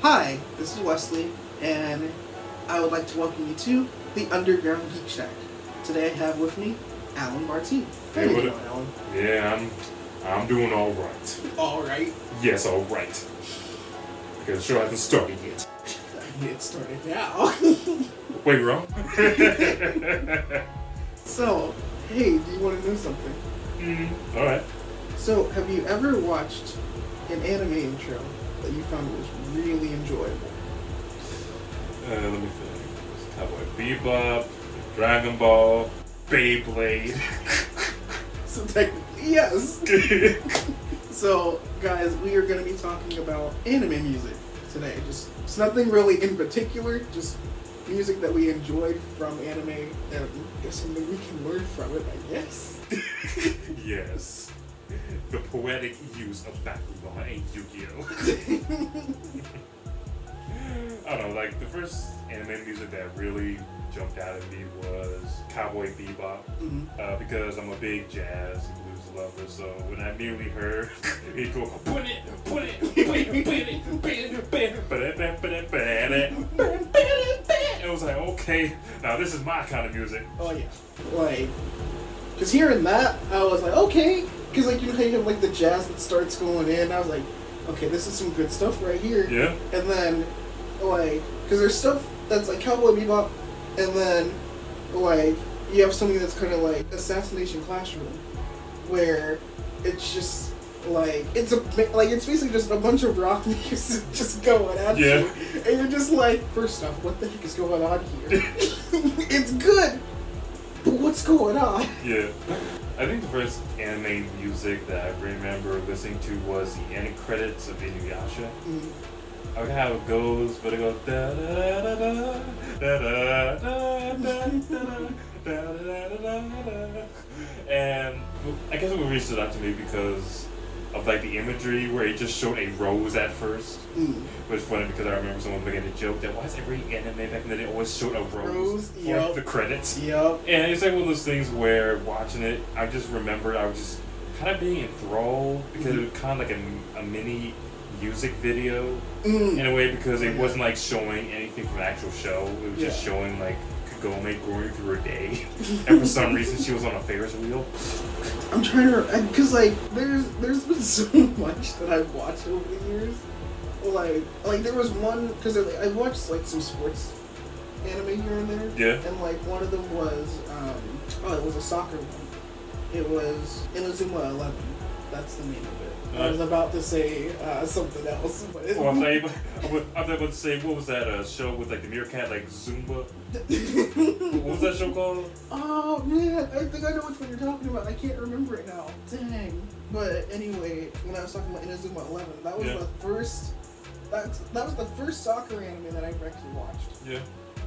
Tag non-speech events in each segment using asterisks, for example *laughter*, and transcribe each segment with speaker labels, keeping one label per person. Speaker 1: Hi, this is Wesley, and I would like to welcome you to the Underground Geek Shack. Today I have with me Alan Martin.
Speaker 2: Hey, what up?
Speaker 1: Alan?
Speaker 2: Yeah, I'm I'm doing all right.
Speaker 1: All right,
Speaker 2: Yes, all right. Because sure I haven't started yet.
Speaker 1: get started
Speaker 2: *laughs*
Speaker 1: now.
Speaker 2: Wait, *laughs* Hmm, wrong?
Speaker 1: so, hey, do you want to know something?
Speaker 2: mm, all right.
Speaker 1: So, have you ever watched an anime intro that you found was really enjoyable?
Speaker 2: Uh, let me think. Cowboy Bebop, Dragon Ball, *laughs* Beyblade.
Speaker 1: So technically, yes. So, guys, we are going to be talking about anime music today. Just it's nothing really in particular, just music that we enjoyed from anime and there's something we can learn from it, I guess. *laughs*
Speaker 2: yes. The poetic use of Bakugan and Yu-Gi-Oh. *laughs* I don't know, like the first anime music that really jumped out at me was Cowboy Bebop.
Speaker 1: Mhm.
Speaker 2: uh, because I'm a big jazz and blues lover. So when I merely heard *laughs* it go, put it, put it, put it, put it, put it, put it, put it, put it, put it, put it, put it, put it, it was like, okay, now this is my kind of music.
Speaker 1: Oh yeah, like, cause hearing that, I was like, okay, cause like you know how you have like the jazz that starts going in. I was like, okay, this is some good stuff right here.
Speaker 2: Yeah,
Speaker 1: And then, like, cause there's stuff that's like Cowboy Bebop, and then, like, you have something that's kind of like Assassination Classroom, where it's just like it's a like it's basically just a bunch of rock *laughs* music just going at
Speaker 2: Yeah.
Speaker 1: you, and you're just like, first off, what the heck is going on here? *laughs* it's good. But what's going on?
Speaker 2: yeah. I think the first anime music that I remember listening to was the end credits of Inuyasha.
Speaker 1: Mm,
Speaker 2: I forgot how it goes, but it goes da da da da da da da da da da da da da da and I guess it reached it out to me because of like the imagery where it just showed a rose at first.
Speaker 1: mm.
Speaker 2: Which is funny because I remember someone making a joke that why is every anime back in the day always showed a
Speaker 1: Rose,
Speaker 2: rose, for
Speaker 1: yup.
Speaker 2: the credits?
Speaker 1: Yep.
Speaker 2: And it's like one of those things where watching it, I just remembered I was just kind of being enthralled because
Speaker 1: Mm-hmm.
Speaker 2: it was kind of like a, a mini music video in
Speaker 1: Mm.
Speaker 2: a way because it
Speaker 1: Yeah.
Speaker 2: wasn't like showing anything from the actual show. It was just
Speaker 1: Yeah.
Speaker 2: showing like Kagome going through her day, and for some reason she was on a Ferris wheel.
Speaker 1: I'm trying to, because like there's there's been *laughs* so much that I've watched over the years. Like like there was one because like, I watched like some sports anime here and there.
Speaker 2: Yeah.
Speaker 1: And like one of them was um oh it was a soccer one. It was Inazuma Eleven. That's the name of it. I was about to say uh, something else, but it,
Speaker 2: Or I thought
Speaker 1: *laughs*
Speaker 2: you- I was I was about to say what was that uh, show with like the meerkat like Zumba? What was that show called?
Speaker 1: Oh man, I think I know which one you're talking about. I can't remember it now. Dang. But anyway, when I was talking about Inazuma Eleven, that was
Speaker 2: Yeah.
Speaker 1: the first. That's that was the first soccer anime that I actually watched,
Speaker 2: Yeah.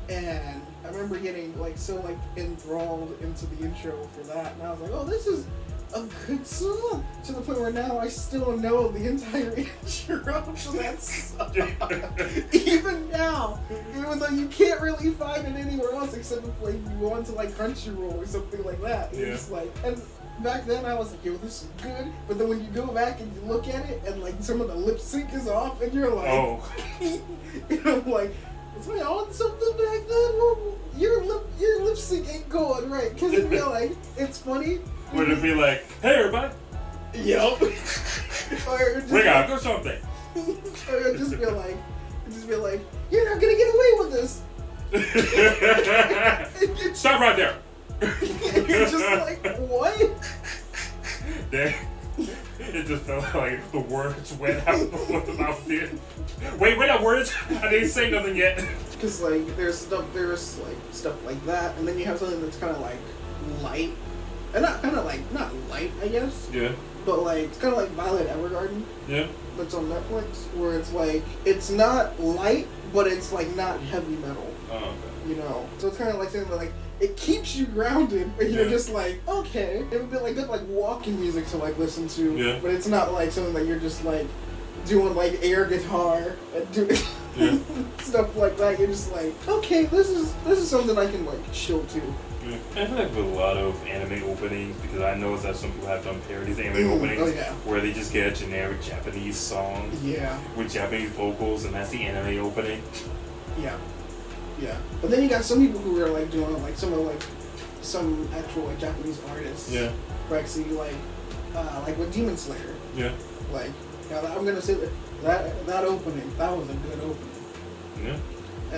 Speaker 2: *laughs*
Speaker 1: and I remember getting like so like enthralled into the intro for that, and I was like, oh, this is a good song. To the point where now I still know the entire *laughs* intro to that song. *laughs* even now, even though you can't really find it anywhere else except if like you go onto like Crunchyroll or something like that.
Speaker 2: Yeah.
Speaker 1: It's like and back then I was like, yo, this is good. But then when you go back and you look at it and like some of the lip sync is off and you're like, *laughs*
Speaker 2: oh,
Speaker 1: and I'm like, was I on something back then? Well, your lip your lip sync ain't going right because it'd
Speaker 2: *laughs*
Speaker 1: be like it's funny.
Speaker 2: would it be like, hey everybody, *laughs*
Speaker 1: Yup. *laughs* or just
Speaker 2: ring out, go something?
Speaker 1: *laughs* or it'd just be like, it'd just be like, you're not gonna get away with this.
Speaker 2: *laughs*
Speaker 1: And *laughs* you're
Speaker 2: Stop right there.
Speaker 1: And you're just
Speaker 2: *laughs*
Speaker 1: like, what? *laughs*
Speaker 2: Then it just felt like the words went out before the *laughs* mouth did. Wait, wait, that words? I didn't say nothing yet.
Speaker 1: Because like, there's stuff, there's like stuff like that, and then you have something that's kind of like light, and not kind of like not light, I guess,
Speaker 2: Yeah,
Speaker 1: but like it's kind of like Violet Evergarden
Speaker 2: yeah,
Speaker 1: that's on Netflix, where it's like it's not light, but it's like not heavy metal,
Speaker 2: oh,
Speaker 1: you know. So it's kind of like something that like. It keeps you grounded, but you're
Speaker 2: Yeah.
Speaker 1: just like, okay. It would be like good, like walking music to like listen to,
Speaker 2: Yeah.
Speaker 1: but it's not like something that you're just like doing like air guitar and *laughs* doing.
Speaker 2: yeah,
Speaker 1: stuff like that. You're just like, okay, this is this is something I can like chill to.
Speaker 2: Yeah. I feel like with a lot of anime openings, because I know that some people have done parodies of anime
Speaker 1: Mm,
Speaker 2: openings
Speaker 1: oh, yeah.
Speaker 2: where they just get a generic Japanese song
Speaker 1: Yeah,
Speaker 2: with Japanese vocals, and that's the anime opening.
Speaker 1: yeah, yeah. But then you got some people who are like doing like some of like some actual like Japanese artists.
Speaker 2: Yeah,
Speaker 1: Like so you like uh, like with Demon Slayer.
Speaker 2: yeah,
Speaker 1: Like now that- I'm gonna say that that that opening that was a good opening,
Speaker 2: yeah.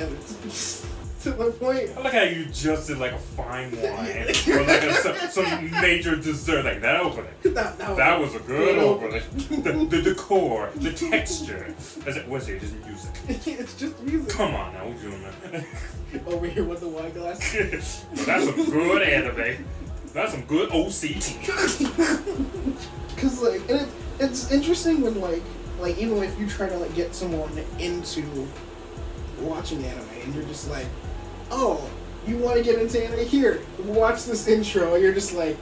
Speaker 1: and it's *laughs* to the point. *laughs*
Speaker 2: I like how you just did like a fine wine or like a, some, some major dessert, like that opening.
Speaker 1: That, that,
Speaker 2: That was a good
Speaker 1: Good
Speaker 2: opening. The, the decor, the texture. I said, what's it? Just music.
Speaker 1: *laughs* it's just music
Speaker 2: Come on now, what you doing, man?
Speaker 1: over here with the wine glass.
Speaker 2: *laughs*
Speaker 1: *laughs*
Speaker 2: That's some good anime. That's some good OCT.
Speaker 1: Cause like and it, it's interesting when like like even if you try to like get someone into watching anime and you're just like, oh, you want to get into anime? Here, watch this intro. You're just like,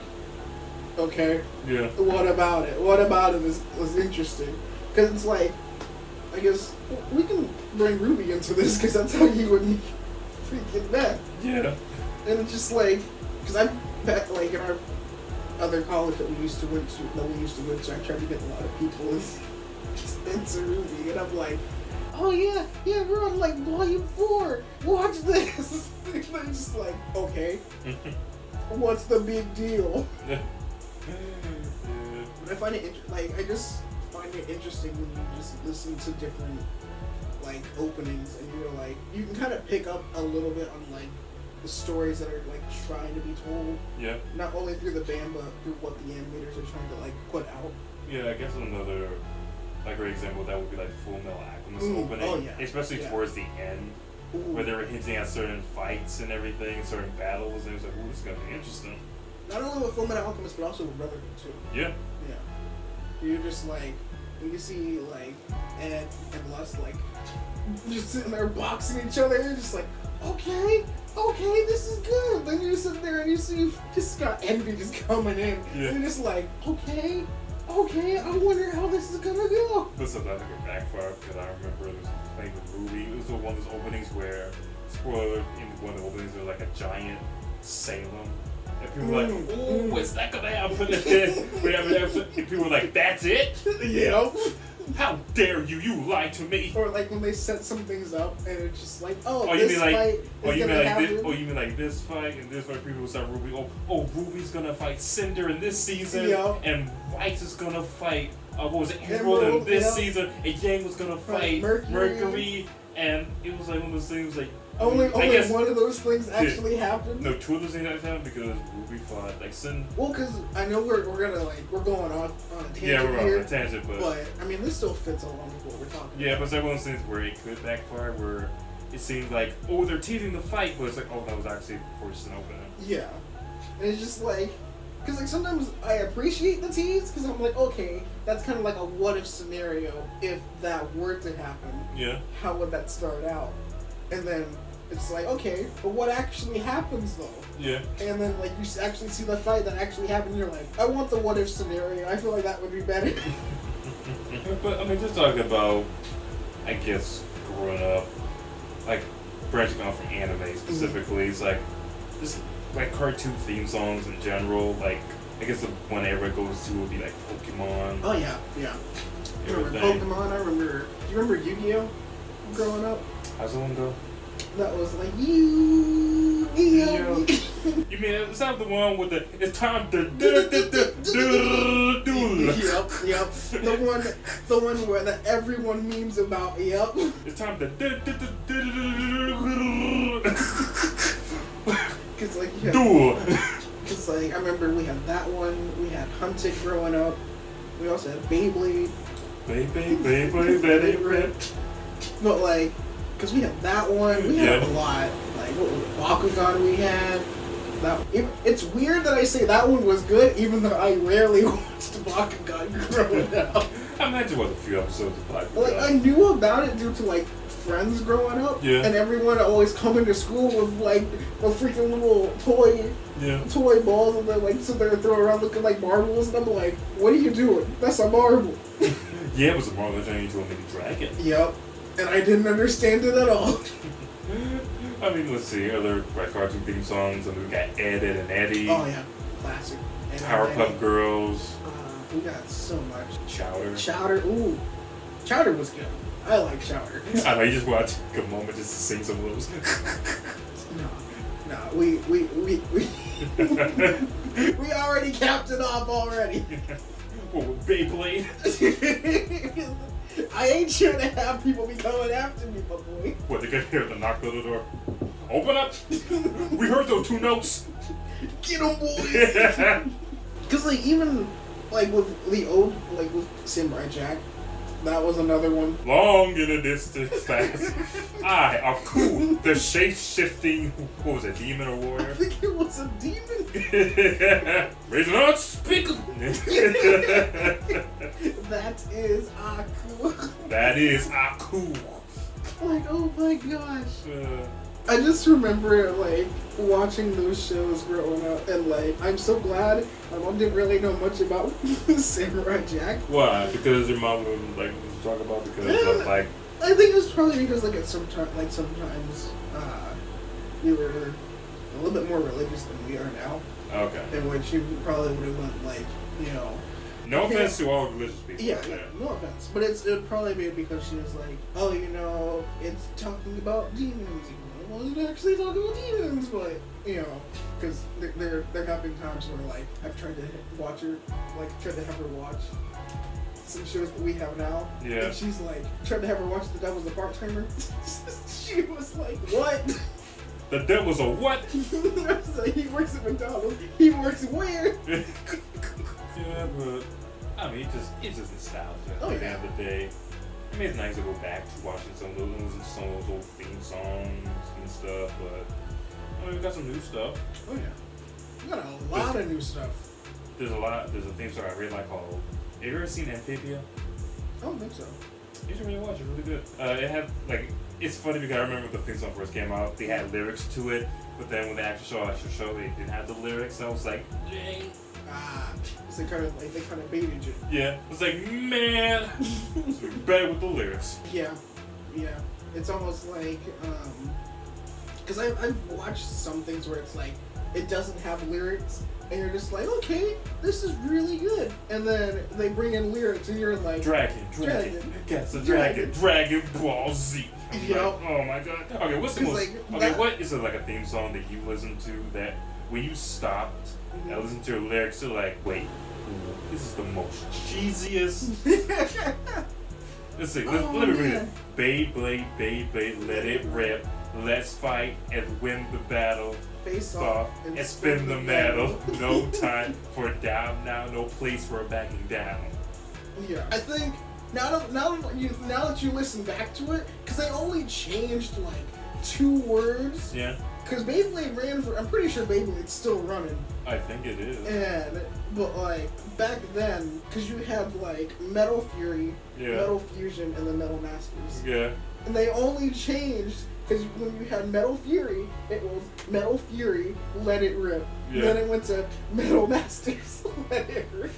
Speaker 1: okay,
Speaker 2: Yeah.
Speaker 1: what about it? What about it was was interesting? Cause it's like, I guess we can bring Ruby into this because that's how you would freaking back.
Speaker 2: Yeah. *laughs*
Speaker 1: And it's just like, because I'm back like in our other college that we used to went to, that we used to go to, I tried to get a lot of people in- *laughs* into Ruby, and I'm like, oh yeah, yeah, we're on like volume four. Watch this. *laughs* and I'm just like, okay, what's the big deal? But I find it int- like I just find it interesting when you just listen to different like openings and you're like you can kind of pick up a little bit on like the stories that are like trying to be told
Speaker 2: Yeah.
Speaker 1: not only through the band but through what the animators are trying to like put out.
Speaker 2: Yeah, I guess another like great example of that would be like Full Metal Alchemist
Speaker 1: Ooh,
Speaker 2: opening,
Speaker 1: oh, yeah.
Speaker 2: especially
Speaker 1: Yeah.
Speaker 2: towards the end
Speaker 1: Ooh,
Speaker 2: where they were hinting at certain fights and everything, certain battles, and it was like, "Ooh, this is gonna be interesting."
Speaker 1: not only with Fullmetal Alchemist but also with Brotherhood too.
Speaker 2: Yeah,
Speaker 1: Yeah, you're just like you can see like Ed and Lust like *laughs* just sitting there boxing each other. You're just like, okay, okay, this is good. Then you're sitting there and you see just got envy just *laughs* coming in.
Speaker 2: Yeah.
Speaker 1: And you're just like, okay, okay, I wonder how this is gonna go.
Speaker 2: This is not gonna backfire because I remember it was playing the movie. It was the one of those openings where, spoiler, in one of the openings there was like a giant Salem. And people were like,
Speaker 1: Mm.
Speaker 2: ooh, is that gonna happen? *laughs* Whatever, episode. And people were like, that's it?
Speaker 1: You know.
Speaker 2: How dare you? You lied to me.
Speaker 1: *laughs* Or like when they set some things up and it's just like, oh,
Speaker 2: Oh, you
Speaker 1: this
Speaker 2: mean like,
Speaker 1: fight
Speaker 2: oh,
Speaker 1: is
Speaker 2: you mean
Speaker 1: gonna
Speaker 2: like,
Speaker 1: happen.
Speaker 2: this, oh, you mean like this fight and this fight? People start Ruby. Oh, oh, Ruby's gonna fight Cinder in this season,
Speaker 1: Yeah.
Speaker 2: and White is gonna fight. Uh, what was it, Emerald,
Speaker 1: Emerald,
Speaker 2: in this
Speaker 1: yeah.
Speaker 2: season? And Yang was gonna fight
Speaker 1: Right, Mercury.
Speaker 2: Mercury, and it was like one of those things. Like
Speaker 1: only
Speaker 2: I
Speaker 1: only
Speaker 2: guess-
Speaker 1: one of those things actually happened.
Speaker 2: no, two of those things at a time because Ruby fought like Cinder.
Speaker 1: Well, because I know we're, we're gonna like we're going off on a tangent
Speaker 2: Yeah, we're
Speaker 1: here,
Speaker 2: on a tangent, but,
Speaker 1: but I mean this still fits along with what we're talking.
Speaker 2: yeah, but it's like one of those things where it could backfire, where it seemed like oh they're teasing the fight, but it's like oh that was actually before just an opening.
Speaker 1: about. yeah, and it's just like because like sometimes I appreciate the tease because I'm like okay that's kind of like a what if scenario if that were to happen
Speaker 2: Yeah,
Speaker 1: how would that start out and then it's like okay but what actually happens though
Speaker 2: yeah.
Speaker 1: and then like you s- actually see the fight that actually happened and you're like I want the what if scenario I feel like that would be better
Speaker 2: But I mean, just talking about, I guess, growing up, like branching off from
Speaker 1: Mm-hmm.
Speaker 2: anime specifically, it's like just like cartoon theme songs in general. Like I guess the one everyone goes to would be like Pokemon.
Speaker 1: *laughs* oh yeah yeah. I remember
Speaker 2: Everything.
Speaker 1: Pokemon. I remember. Do you remember Yu-Gi-Oh? Growing up,
Speaker 2: How's the one go?
Speaker 1: that was like Yu-Gi-Oh.
Speaker 2: You mean it's not the one with the it's time
Speaker 1: *laughs*
Speaker 2: to do do do do do.
Speaker 1: yep, yep. The one, the one where that everyone memes about. Yep.
Speaker 2: It's time to do do do do
Speaker 1: Cause like
Speaker 2: do
Speaker 1: yeah.
Speaker 2: do.
Speaker 1: Cause like I remember we had that one. We had Hunted growing up. We also had Beyblade.
Speaker 2: Baby, baby,
Speaker 1: *laughs*
Speaker 2: baby, baby.
Speaker 1: But like, cause we had that one. We had
Speaker 2: Yeah.
Speaker 1: a lot. Like what was it? Bakugan we had. That it, it's weird that I say that one was good, even though I rarely *laughs* watched Bakugan growing up.
Speaker 2: I imagine what a few episodes of Black
Speaker 1: Like I knew about it due to like friends growing up,
Speaker 2: Yeah.
Speaker 1: and everyone always coming to school with like a freaking little toy
Speaker 2: Yeah.
Speaker 1: toy balls and then like sit there and throw around looking like marbles, and I'm like, what are you doing? That's a marble.
Speaker 2: Yeah, it was a Marvel turning into a mini dragon.
Speaker 1: *laughs* Yep. And I didn't understand it at all.
Speaker 2: I mean, let's see, other like cartoon theme songs. I mean, we got Ed, Ed and Eddie,
Speaker 1: Oh yeah, classic. And
Speaker 2: Powerpuff Girls,
Speaker 1: Uh, we got so much.
Speaker 2: Chowder.
Speaker 1: Chowder, ooh, Chowder was good. I like Chowder.
Speaker 2: I know you just want to take a moment just to sing some of those. *laughs*
Speaker 1: No, no, we we we we *laughs* we already capped it off already. *laughs*
Speaker 2: Well, with Oh, Beyblade.
Speaker 1: I ain't sure to have people be coming after me, my boy.
Speaker 2: What, they're gonna hear the knock on the door? Open up! we heard those two notes! *laughs*
Speaker 1: Get 'em, boys.
Speaker 2: yeah,
Speaker 1: Cause like even like with the old like with Samurai Jack, that was another one. *laughs*
Speaker 2: Long in the distance fast. I, Aku, the shape shifting, what was it, demon or
Speaker 1: I
Speaker 2: warrior?
Speaker 1: think it was a demon.
Speaker 2: *laughs* Raise an unspeakable.
Speaker 1: That is Aku. *laughs*
Speaker 2: *laughs* that is Aku.
Speaker 1: like oh my gosh.
Speaker 2: Uh,
Speaker 1: I just remember like watching those shows growing up, and like I'm so glad my mom didn't really know much about *laughs* Samurai Jack.
Speaker 2: why? Because your mom would like talk about
Speaker 1: *laughs*
Speaker 2: because of like
Speaker 1: I think it was probably because like at some time, like sometimes uh, we were a little bit more religious than we are now,
Speaker 2: okay.
Speaker 1: and which you probably would have went like you know
Speaker 2: No offense to all religious people. uh,
Speaker 1: Yeah, yeah, no offense, but it's it would probably be because she was like, oh, you know, it's talking about demons. You know, it wasn't actually talking about demons, but you know, because there, there there have been times where like I've tried to watch her, like tried to have her watch some shows that we have now,
Speaker 2: Yeah.
Speaker 1: and she's like tried to have her watch The Devil's a Part Timer. *laughs* she was like, what? *laughs*
Speaker 2: The devil's a what? *laughs*
Speaker 1: I was like, he works at McDonald's. He works where?
Speaker 2: yeah, but I mean, it just it's just nostalgia.
Speaker 1: Oh,
Speaker 2: At the
Speaker 1: yeah.
Speaker 2: end of the day, I mean, it's nice to go back to watching some of those and some of those old theme songs and stuff. But I mean, we got some new stuff.
Speaker 1: Oh yeah, we got a lot of new stuff.
Speaker 2: There's a lot. There's a theme song I really like called. Have you ever seen Amphibia?
Speaker 1: I don't think so.
Speaker 2: You should really watch. it. really good. Uh, it had like it's funny because I remember when the theme song first came out. They had lyrics to it, but then when the actual show, actual show, they didn't have the lyrics. So I was like, dang.
Speaker 1: Ah, so kind of like they kind of baited you.
Speaker 2: Yeah, I was like, man, it's better with the lyrics.
Speaker 1: Yeah, yeah. It's almost like um, because I've I've watched some things where it's like it doesn't have lyrics, and you're just like, okay, this is really good, and then they bring in lyrics, and you're like,
Speaker 2: Dragon, dragon,
Speaker 1: Dragon.
Speaker 2: that's a dragon, dragon Ball Z. I'm like,
Speaker 1: Yep.
Speaker 2: oh my god. Okay, what's the
Speaker 1: It's
Speaker 2: most?
Speaker 1: like
Speaker 2: okay,
Speaker 1: that-
Speaker 2: what is it like a theme song that you listen to that when you stopped
Speaker 1: Mm-hmm.
Speaker 2: and listened to your lyrics, you're like, wait, this is the most cheesiest. Let's see. Let,
Speaker 1: Oh,
Speaker 2: let me read it.
Speaker 1: man.
Speaker 2: Beyblade, Beyblade, let it rip. Let's fight and win the battle.
Speaker 1: *laughs* face off
Speaker 2: Off and spin the metal. *laughs* No time for down now. No place for backing down.
Speaker 1: *laughs* Yeah, I think now that now that you now that you listen back to it, because they only changed like two words,
Speaker 2: Yeah,
Speaker 1: because Beyblade ran for. I'm pretty sure Beyblade's still running.
Speaker 2: I think it is.
Speaker 1: And but like back then, because you had like Metal Fury,
Speaker 2: Yeah.
Speaker 1: Metal Fusion, and the Metal Masters,
Speaker 2: Yeah.
Speaker 1: and they only changed because when you had Metal Fury, it was Metal Fury, Let It Rip.
Speaker 2: Yeah.
Speaker 1: Then it went to Metal Masters, *laughs* Let It Rip.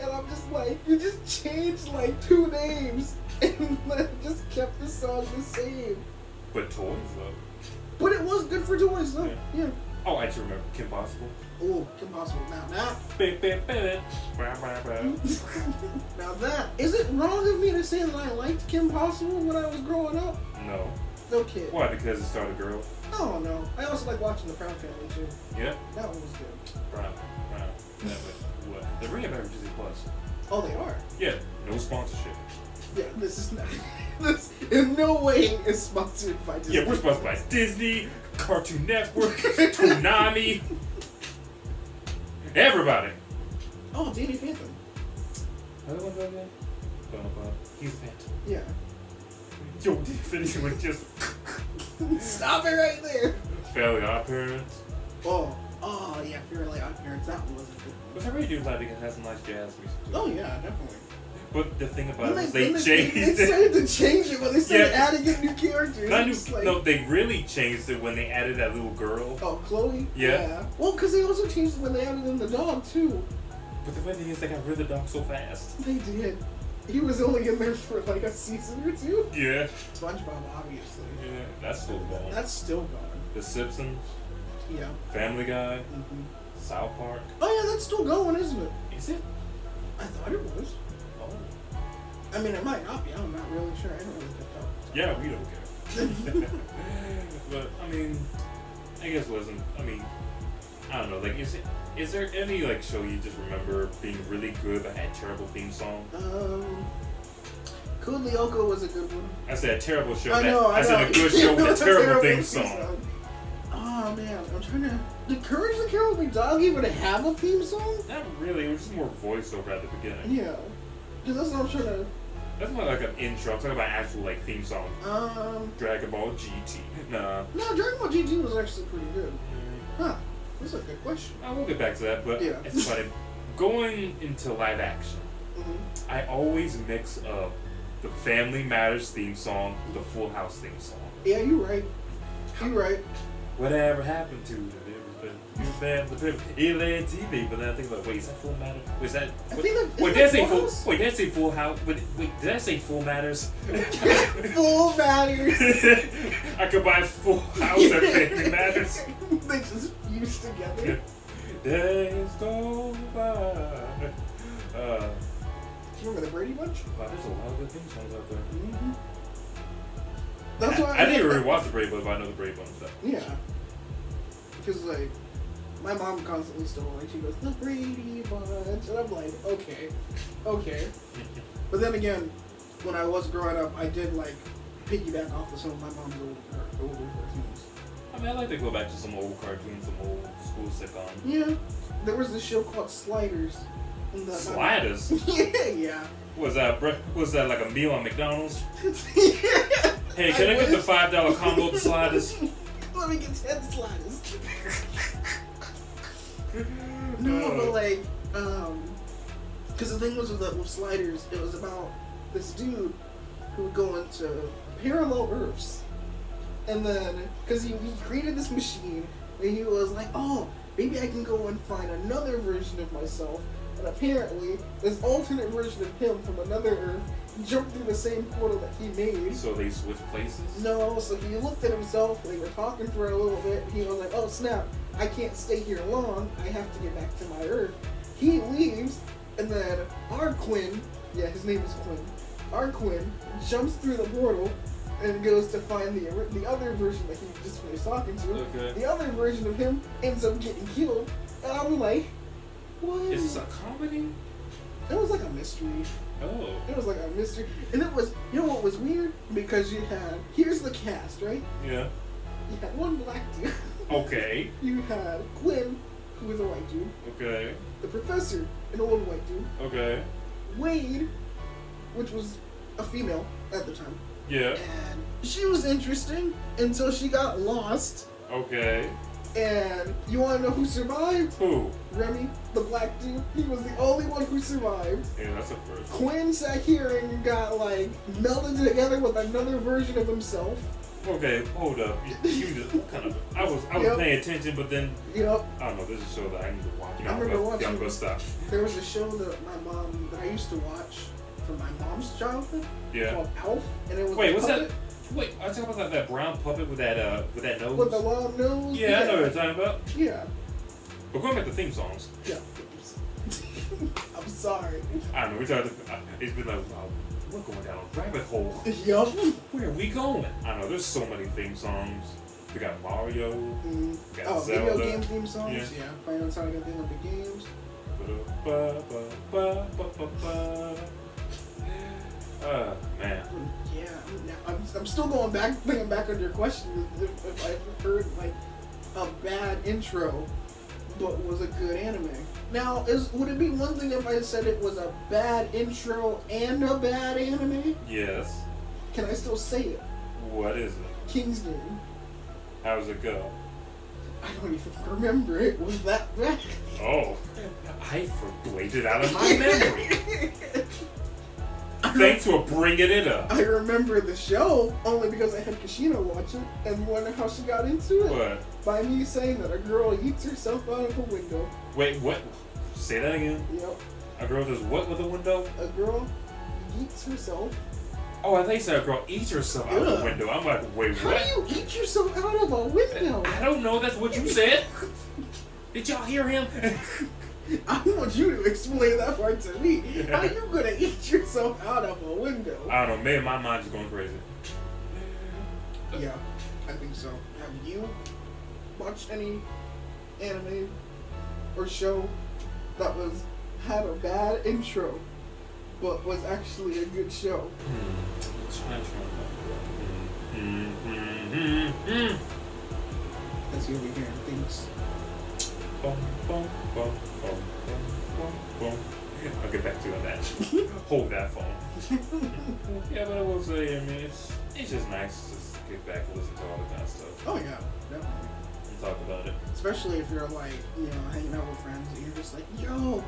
Speaker 1: And I'm just like, you just changed like two names *laughs* and like, just kept the song the same.
Speaker 2: But toys though.
Speaker 1: But it was good for toys though. Yeah.
Speaker 2: Oh, I just remember Kim Possible.
Speaker 1: Oh, impossible. Now that
Speaker 2: Beep, beep, beep. Bah, bah, bah.
Speaker 1: now that is it wrong of me to say that I liked Kim Possible when I was growing up?
Speaker 2: No.
Speaker 1: No kid.
Speaker 2: Why? Because it started girl.
Speaker 1: I don't know. I also like watching the Proud Family too.
Speaker 2: Yep.
Speaker 1: That one was good.
Speaker 2: Brown. Brown. That way. What? They're bringing back Disney Plus.
Speaker 1: Oh, they are.
Speaker 2: Yeah. No sponsorship.
Speaker 1: Yeah, this is not. *laughs* this in no way is sponsored by Disney.
Speaker 2: Yeah, we're
Speaker 1: *laughs*
Speaker 2: sponsored by Disney, Cartoon Network, *laughs* Toonami. Everybody.
Speaker 1: Oh, Danny Phantom.
Speaker 2: He's phantom.
Speaker 1: Yeah. *laughs*
Speaker 2: Yo, did you finish it with just *laughs*
Speaker 1: Stop it right there.
Speaker 2: fairly odd parents?
Speaker 1: Oh, oh yeah, Fairly Odd Parents. That one was a good. one.
Speaker 2: Which I really do like because it has some nice jazz music. to it.
Speaker 1: Oh yeah, definitely.
Speaker 2: But the thing about it is they
Speaker 1: then
Speaker 2: changed
Speaker 1: They, they
Speaker 2: *laughs* it.
Speaker 1: started to change it when they started
Speaker 2: Yeah.
Speaker 1: adding in new characters.
Speaker 2: Not
Speaker 1: I'm
Speaker 2: new-
Speaker 1: just like,
Speaker 2: no, they really changed it when they added that little girl.
Speaker 1: Oh, Chloe.
Speaker 2: Yeah.
Speaker 1: Well, because they also changed when they added in the dog too.
Speaker 2: But the funny thing is, they got rid of the dog so fast. *laughs*
Speaker 1: They did. He was only in there for like a season or two.
Speaker 2: Yeah.
Speaker 1: SpongeBob, obviously.
Speaker 2: Yeah. That's still going.
Speaker 1: That's still going.
Speaker 2: The Simpsons,
Speaker 1: Yeah.
Speaker 2: Family Guy,
Speaker 1: hmm
Speaker 2: South Park.
Speaker 1: Oh yeah, that's still going, isn't it?
Speaker 2: Is it?
Speaker 1: I thought it was.
Speaker 2: Oh.
Speaker 1: I mean, it might not be. I'm not really sure. I don't really pick up.
Speaker 2: Yeah, we don't care. *sighs* *laughs* but I mean, I guess it wasn't. I mean, I don't know. Like, is it? Is there any like show you just remember being really good but had terrible theme song?
Speaker 1: Um, Kulioko was a good one.
Speaker 2: I said a terrible show.
Speaker 1: I
Speaker 2: that-
Speaker 1: know. I,
Speaker 2: I said
Speaker 1: know.
Speaker 2: a
Speaker 1: *laughs*
Speaker 2: good show with a terrible
Speaker 1: theme
Speaker 2: theme song.
Speaker 1: Oh man, I'm trying to. Did Courage the Cowardly Dog even have a theme song?
Speaker 2: Not really. It was just more voiceover at the beginning.
Speaker 1: Yeah. Cause that's what I'm trying to.
Speaker 2: That's more like an intro. I'm talking about actual like theme song.
Speaker 1: Um,
Speaker 2: Dragon Ball GT. *laughs* Nah.
Speaker 1: no, Dragon Ball GT was actually pretty good. Huh? That's a good question.
Speaker 2: I will get back to that, but
Speaker 1: Yeah.
Speaker 2: it's funny. Going into live action,
Speaker 1: Mm-hmm.
Speaker 2: I always mix up the Family Matters theme song, with the Full House theme song.
Speaker 1: Yeah, you're right. You're right. *laughs*
Speaker 2: Whatever happened to them? It TV, but then I think about wait, is that Full Matters? Was that
Speaker 1: I think
Speaker 2: wait,
Speaker 1: that- is that
Speaker 2: wait, did I say
Speaker 1: Full
Speaker 2: full,
Speaker 1: House?
Speaker 2: wait, did I say Full House? Wait, wait, did I say Full Matters?
Speaker 1: Full matters.
Speaker 2: *laughs* I could buy Full House and
Speaker 1: *laughs*
Speaker 2: Family Matters.
Speaker 1: they just fused together.
Speaker 2: Days go by. Uh,
Speaker 1: Do you remember the Brady Bunch?
Speaker 2: wow, there's a lot of good theme songs out there.
Speaker 1: Mm-hmm. That's why
Speaker 2: I, I didn't really watch the Brave Bunch, but I know the Brave Bunch though.
Speaker 1: Yeah. Because, like, my mom constantly still, like, she goes, the Brady Bunch. And I'm like, okay, okay. But then again, when I was growing up, I did, like, piggyback off of some of my mom's older, older cartoons.
Speaker 2: I mean, I like to go back to some old cartoons, some old school sitcoms.
Speaker 1: Yeah. There was this show called Sliders. And that-
Speaker 2: Sliders
Speaker 1: yeah, *laughs* yeah.
Speaker 2: was that bre- was that like a meal at McDonald's? Hey,
Speaker 1: I
Speaker 2: can I, get the
Speaker 1: wish.
Speaker 2: five dollar
Speaker 1: *laughs*
Speaker 2: combo of sliders?
Speaker 1: Let me get 10 sliders. No, but like, um, because the thing was with, the, with Sliders, it was about this dude who would go into parallel Earths, and then because he, he created this machine, and he was like, oh, maybe I can go and find another version of myself, and apparently this alternate version of him from another Earth jumped through the same portal that he made.
Speaker 2: so they switch places.
Speaker 1: No, so he looked at himself, they were talking for a little bit, and he was like, oh snap, I can't stay here long, I have to get back to my Earth. He leaves, and then our Quinn, yeah, his name is Quinn, our Quinn jumps through the portal and goes to find the, ori- the other version that he just finished talking to.
Speaker 2: Okay.
Speaker 1: The other version of him ends up getting killed, and I'm like, what?
Speaker 2: Is this a comedy?
Speaker 1: It was like a mystery.
Speaker 2: Oh.
Speaker 1: It was like a mystery. And it was, you know what was weird? Because you had, here's the cast, right?
Speaker 2: Yeah.
Speaker 1: You had one black dude.
Speaker 2: Okay.
Speaker 1: *laughs* You had Quinn, who was a white dude.
Speaker 2: Okay.
Speaker 1: The professor, an old white dude.
Speaker 2: Okay.
Speaker 1: Wade, which was a female at the time.
Speaker 2: Yeah.
Speaker 1: And she was interesting until she got lost.
Speaker 2: Okay.
Speaker 1: And you want to know who survived?
Speaker 2: Who?
Speaker 1: Remy, the black dude. He was the only one who survived.
Speaker 2: Yeah, that's a first.
Speaker 1: Quinn sat here and got like melded together with another version of himself.
Speaker 2: Okay, hold up. You, you just kind of. I was I was
Speaker 1: Yep.
Speaker 2: paying attention, but then
Speaker 1: You know,
Speaker 2: I don't know. This is a show that I need to watch. You
Speaker 1: I
Speaker 2: know, I'm
Speaker 1: remember
Speaker 2: gonna-
Speaker 1: watching-
Speaker 2: I'm gonna stop.
Speaker 1: there was a show that my mom that I used to watch from my mom's childhood.
Speaker 2: Yeah.
Speaker 1: called Elf, and it was
Speaker 2: Wait,
Speaker 1: a
Speaker 2: what's
Speaker 1: puppet
Speaker 2: that? Wait, I talking about that, that brown puppet with that uh with that nose.
Speaker 1: with the long nose.
Speaker 2: yeah, I know what you're talking about.
Speaker 1: Yeah,
Speaker 2: But going back to theme songs,
Speaker 1: yeah. *laughs* I'm sorry.
Speaker 2: I don't know. We're talking. uh, It's been like wow, we're going down a rabbit hole.
Speaker 1: Yup.
Speaker 2: Where are we going? I don't know. There's so many theme songs. We got Mario.
Speaker 1: Mm.
Speaker 2: Got
Speaker 1: Oh, video
Speaker 2: Zelda.
Speaker 1: game theme songs.
Speaker 2: uh, Yeah.
Speaker 1: Yeah, playing on Target the Olympic Games.
Speaker 2: Ba-da-ba-ba-ba-ba-ba. Uh, man.
Speaker 1: Mm, Yeah, I'm- yeah, I'm, I'm still going back, going back on your question. If, if I heard like a bad intro, but was a good anime. Now, is would it be one thing if I said it was a bad intro and a bad anime?
Speaker 2: Yes.
Speaker 1: Can I still say it?
Speaker 2: What is it?
Speaker 1: King's Game.
Speaker 2: How does it go?
Speaker 1: I don't even remember it was that bad.
Speaker 2: Oh, I forgot it out of my memory. Thanks for bringing it
Speaker 1: *laughs*
Speaker 2: up.
Speaker 1: I remember the show only because I had Kashina watch it and wonder how she got into it
Speaker 2: What?
Speaker 1: by me saying that a girl eats herself out of a window.
Speaker 2: Wait, what? Say that again.
Speaker 1: Yep,
Speaker 2: A girl does what with a window?
Speaker 1: a girl eats herself.
Speaker 2: Oh, I think that girl eats herself out the
Speaker 1: Ugh.
Speaker 2: window. I'm like, wait,
Speaker 1: How
Speaker 2: what?
Speaker 1: do you eat yourself out of a window?
Speaker 2: I don't know. That's what you said. Did y'all hear him? *laughs*
Speaker 1: I want you to explain that part to me.
Speaker 2: *laughs*
Speaker 1: How you gonna eat yourself out of a window?
Speaker 2: I don't know. Maybe my mind's going crazy.
Speaker 1: Yeah, I think so. Have you watched any anime or show that was had a bad intro, but was actually a good show?
Speaker 2: Mm-hmm.
Speaker 1: That's the only hearing things.
Speaker 2: I'll get back to you on that. *laughs* Hold that phone. Yeah, but I will say, I mean, it's, it's just nice to just get back and listen to all the kind of stuff
Speaker 1: Oh yeah, definitely.
Speaker 2: and talk about it.
Speaker 1: Especially if you're like, you know, hanging out with friends and you're just like, yo,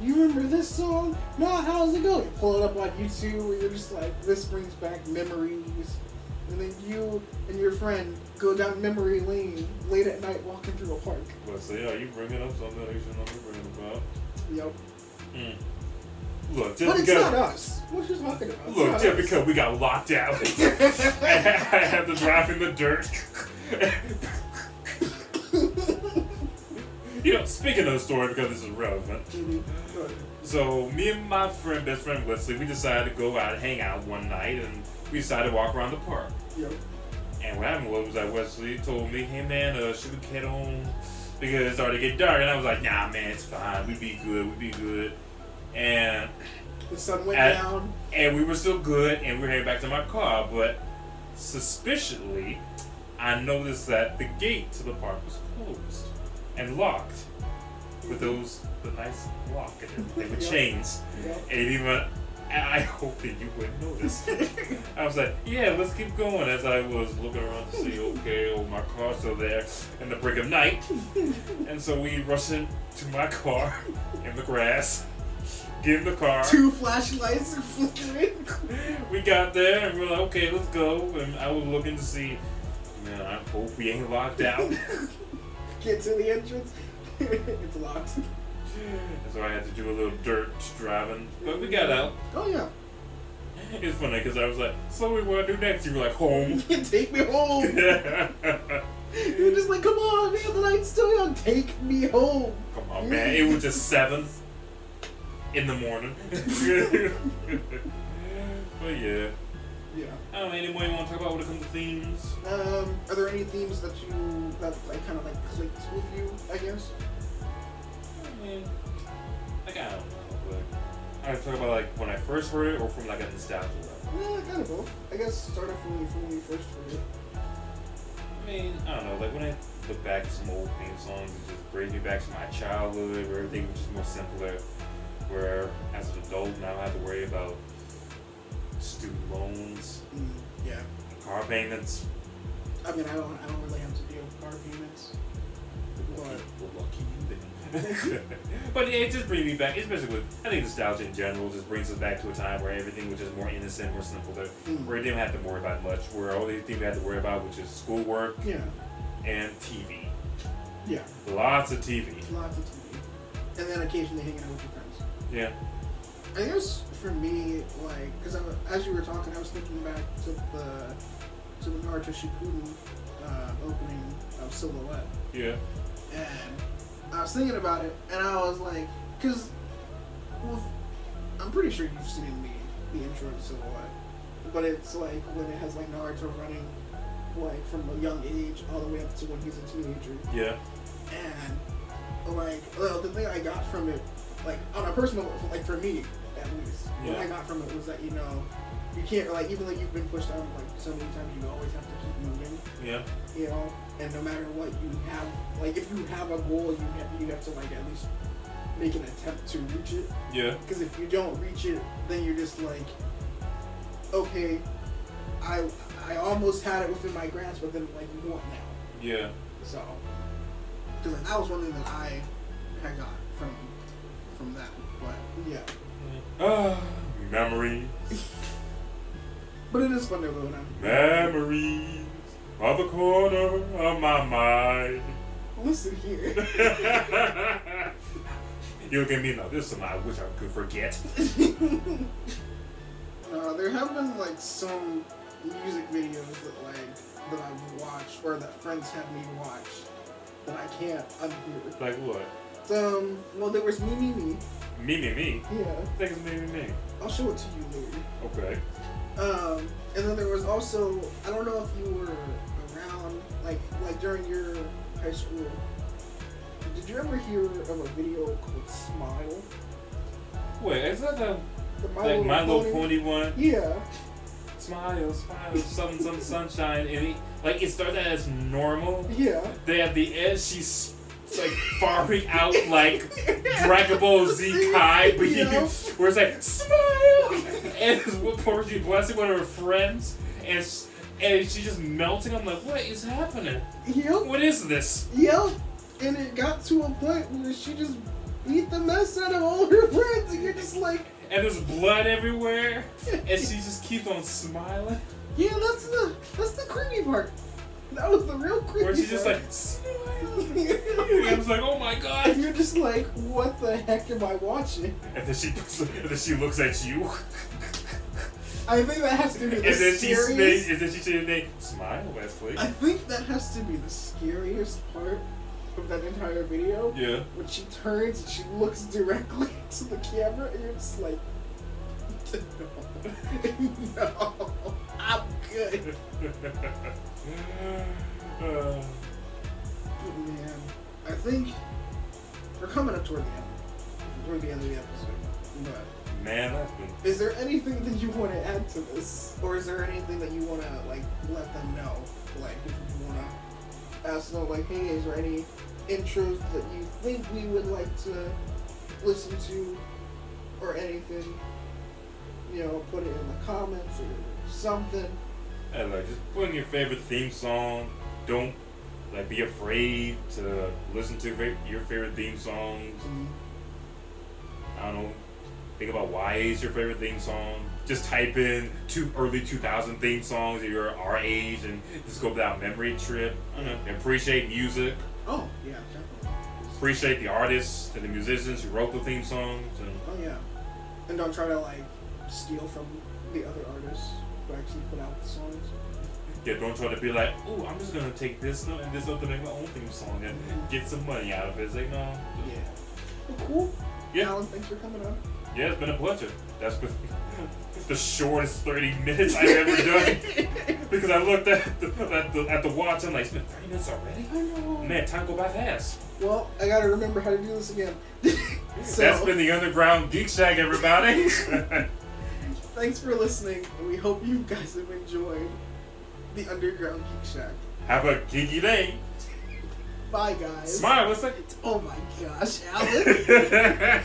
Speaker 1: you remember this song? No, how's it go? You pull it up on YouTube and you're just like, this brings back memories. And then you and your friend go down memory lane late at night walking through a park.
Speaker 2: But so, yeah, you bringing up something that you should not be bringing up.
Speaker 1: Yep.
Speaker 2: Mm. Look, just
Speaker 1: But it's
Speaker 2: because,
Speaker 1: not us. What you talking about? It's
Speaker 2: look,
Speaker 1: not
Speaker 2: just
Speaker 1: us.
Speaker 2: because we got locked out, *laughs* I had to drive in the dirt. *laughs* you know, speaking of the story, because this is relevant.
Speaker 1: Mhm. Go ahead.
Speaker 2: So me and my friend, best friend Wesley, we decided to go out and hang out one night, and we decided to walk around the park.
Speaker 1: Yep.
Speaker 2: And what happened was that Wesley told me, "Hey man, uh, should we head home because it's already get dark?" And I was like, "Nah, man, it's fine. We'd be good. We'd be good." And
Speaker 1: The sun went
Speaker 2: At-
Speaker 1: down.
Speaker 2: and we were still good, and we were heading back to my car. But suspiciously, I noticed that the gate to the park was closed and locked with those the nice lock and everything with
Speaker 1: Yeah.
Speaker 2: chains. *laughs*
Speaker 1: Yep.
Speaker 2: And even I hope that you wouldn't notice. I was like, yeah, let's keep going. As I was looking around to see, okay, oh, my car's still there in the break of night. And so we rushed in to my car in the grass, get in the car.
Speaker 1: Two flashlights are flickering.
Speaker 2: We got there and we are like, okay, let's go. And I was looking to see, man, I hope we ain't locked out.
Speaker 1: *laughs* Get to the entrance. *laughs* it's locked.
Speaker 2: And so I had to do a little dirt driving. But we got out.
Speaker 1: Oh *laughs* yeah.
Speaker 2: It's funny because I was like, so we want to do next? You were like, home. *laughs*
Speaker 1: Take me home. *laughs*
Speaker 2: Come
Speaker 1: You're just like, come on, man, the night's still young. Take me home.
Speaker 2: on, man. It was just seven in the morning. *laughs* but yeah.
Speaker 1: Yeah.
Speaker 2: I don't know, anybody want to talk about when it comes to themes?
Speaker 1: Um, are there any themes that you that like kind of like clicked with you? I guess.
Speaker 2: I mean, like, I don't know. Like, I talk about like when I first heard it or from like a nostalgia level.
Speaker 1: Yeah, kind of both. I guess start off when you from when you first heard it.
Speaker 2: I mean, I don't know. Like when I look back at some old theme songs, it just brings me back to my childhood where everything was just more simpler. Where as an adult now I have to worry about student loans,
Speaker 1: Mm, yeah.
Speaker 2: car payments,
Speaker 1: I mean, I don't, I don't really have to deal with car payments. What?
Speaker 2: We're lucky you didn't. *laughs* but it just brings me back, especially with I think nostalgia in general just brings us back to a time where everything was just more innocent, more simple, there,
Speaker 1: Mm.
Speaker 2: where we didn't have to worry about much, where all the thing we had to worry about, which is schoolwork
Speaker 1: Yeah.
Speaker 2: and TV,
Speaker 1: Yeah.
Speaker 2: lots of TV.
Speaker 1: Lots of TV, and then occasionally hanging out with your friends.
Speaker 2: Yeah,
Speaker 1: I guess for me, like, because as you were talking, I was thinking back to the to the Naruto Shippuden uh, opening of Silhouette,
Speaker 2: yeah,
Speaker 1: and I was thinking about it, and I was like, because, well, I'm pretty sure you've seen the the intro to Silhouette, but it's like when it has like Naruto running, like from a young age all the way up to when he's a teenager,
Speaker 2: yeah.
Speaker 1: and like well, the thing I got from it, like on a personal, like for me at least, what
Speaker 2: Yeah.
Speaker 1: I got from it was that you know, you can't like even though you've been pushed out like so many times, you always have to keep moving,
Speaker 2: Yeah,
Speaker 1: you know. And no matter what you have, like if you have a goal, you have, you have to like at least make an attempt to reach it.
Speaker 2: yeah,
Speaker 1: Because if you don't reach it, then you're just like, okay, I I almost had it within my grasp, but then like what now?
Speaker 2: yeah,
Speaker 1: So, because that was one thing that I had got from from that. But yeah,
Speaker 2: Ah, memories,
Speaker 1: but it is fun to go now.
Speaker 2: memories of the corner of my mind. *laughs*
Speaker 1: Listen here. *laughs*
Speaker 2: You'll get me now. This is something I wish I could forget.
Speaker 1: Uh, there have been like some music videos that like that I've watched or that friends have me watch that I can't unhear.
Speaker 2: Like what?
Speaker 1: Um, well, there was me, me, me.
Speaker 2: Me, me, me.
Speaker 1: Yeah,
Speaker 2: I think it's me, me, me.
Speaker 1: I'll show it to you later.
Speaker 2: Okay.
Speaker 1: Um, and then there was also I don't know if you were around like like during your high school. Did you ever hear of a video called Smile?
Speaker 2: Wait, is that the
Speaker 1: The My
Speaker 2: like
Speaker 1: Little
Speaker 2: my little
Speaker 1: Pony?
Speaker 2: pony one?
Speaker 1: Yeah,
Speaker 2: Smile, smile, some some sunshine, and he, like it started as normal. *laughs*
Speaker 1: yeah.
Speaker 2: Then at the end, she's like farting out like Dragon
Speaker 1: *laughs*
Speaker 2: Ball Z Kai, but you,
Speaker 1: Yeah.
Speaker 2: where it's like smile, and it's what Porgy blessing one of her friends, and sh- and she's just melting. I'm like, what is happening?
Speaker 1: Yep,
Speaker 2: What is this?
Speaker 1: yep. And it got to a point where she just beat the mess out of all her friends, and you're just like,
Speaker 2: And there's blood everywhere, and she just keeps on smiling.
Speaker 1: yeah, that's the that's the creepy part. That was the real creepy.
Speaker 2: Where she's just
Speaker 1: part.
Speaker 2: like smile. And I was like, *laughs* oh my
Speaker 1: *laughs*
Speaker 2: god.
Speaker 1: And you're just like, what the heck am I watching?
Speaker 2: And then she puts, and then she looks at you.
Speaker 1: I think that has to be
Speaker 2: and
Speaker 1: the
Speaker 2: then she
Speaker 1: scariest.
Speaker 2: sna- and then she said, "Nay, "Smile, Wesley."
Speaker 1: I think that has to be the scariest part of that entire video.
Speaker 2: yeah.
Speaker 1: When she turns and she looks directly *laughs* to the camera, and you're just like, *laughs* no, no, I'm good.
Speaker 2: *laughs* Uh,
Speaker 1: But man, I think we're coming up toward the end, toward the end of the episode. But
Speaker 2: *sighs* man, that's been.
Speaker 1: is there anything that you want to add to this, or is there anything that you want to like let them know, like if you want to ask them, like, hey, is there any intros that you think we would like to listen to, or anything? You know, put it in the comments or something.
Speaker 2: Hey, like, just put in your favorite theme song. Don't like be afraid to listen to fa- your favorite theme songs.
Speaker 1: Mm-hmm.
Speaker 2: I don't know. Think about why is your favorite theme song. Just type in two early 2000 theme songs that you're our age and just go down memory trip. I don't know. Appreciate music.
Speaker 1: Oh yeah, definitely.
Speaker 2: Appreciate the artists and the musicians who wrote the theme songs. And
Speaker 1: Oh yeah, and don't try to like steal from the other artists who actually put out the songs.
Speaker 2: yeah, don't try to be like, oh, I'm just gonna take this note and this note to make my own theme song and get some money out of it. It's like, no.
Speaker 1: Yeah. Well, cool.
Speaker 2: Yeah.
Speaker 1: Alan, thanks for coming on.
Speaker 2: Yeah, it's been a pleasure. That's been *laughs* the shortest 30 minutes I've ever done because I looked at the, at the, at the watch. I'm like, it's been 30 minutes already.
Speaker 1: I know.
Speaker 2: Man, time go by fast.
Speaker 1: Well, I gotta remember how to do this again. *laughs* so,
Speaker 2: That's been the Underground Geek Shack, everybody. *laughs*
Speaker 1: thanks for listening. and We hope you guys have enjoyed the Underground Geek Shack.
Speaker 2: Have a geeky day.
Speaker 1: Bye, guys.
Speaker 2: Smile, what's *laughs*
Speaker 1: Oh my gosh, Alan.
Speaker 2: that?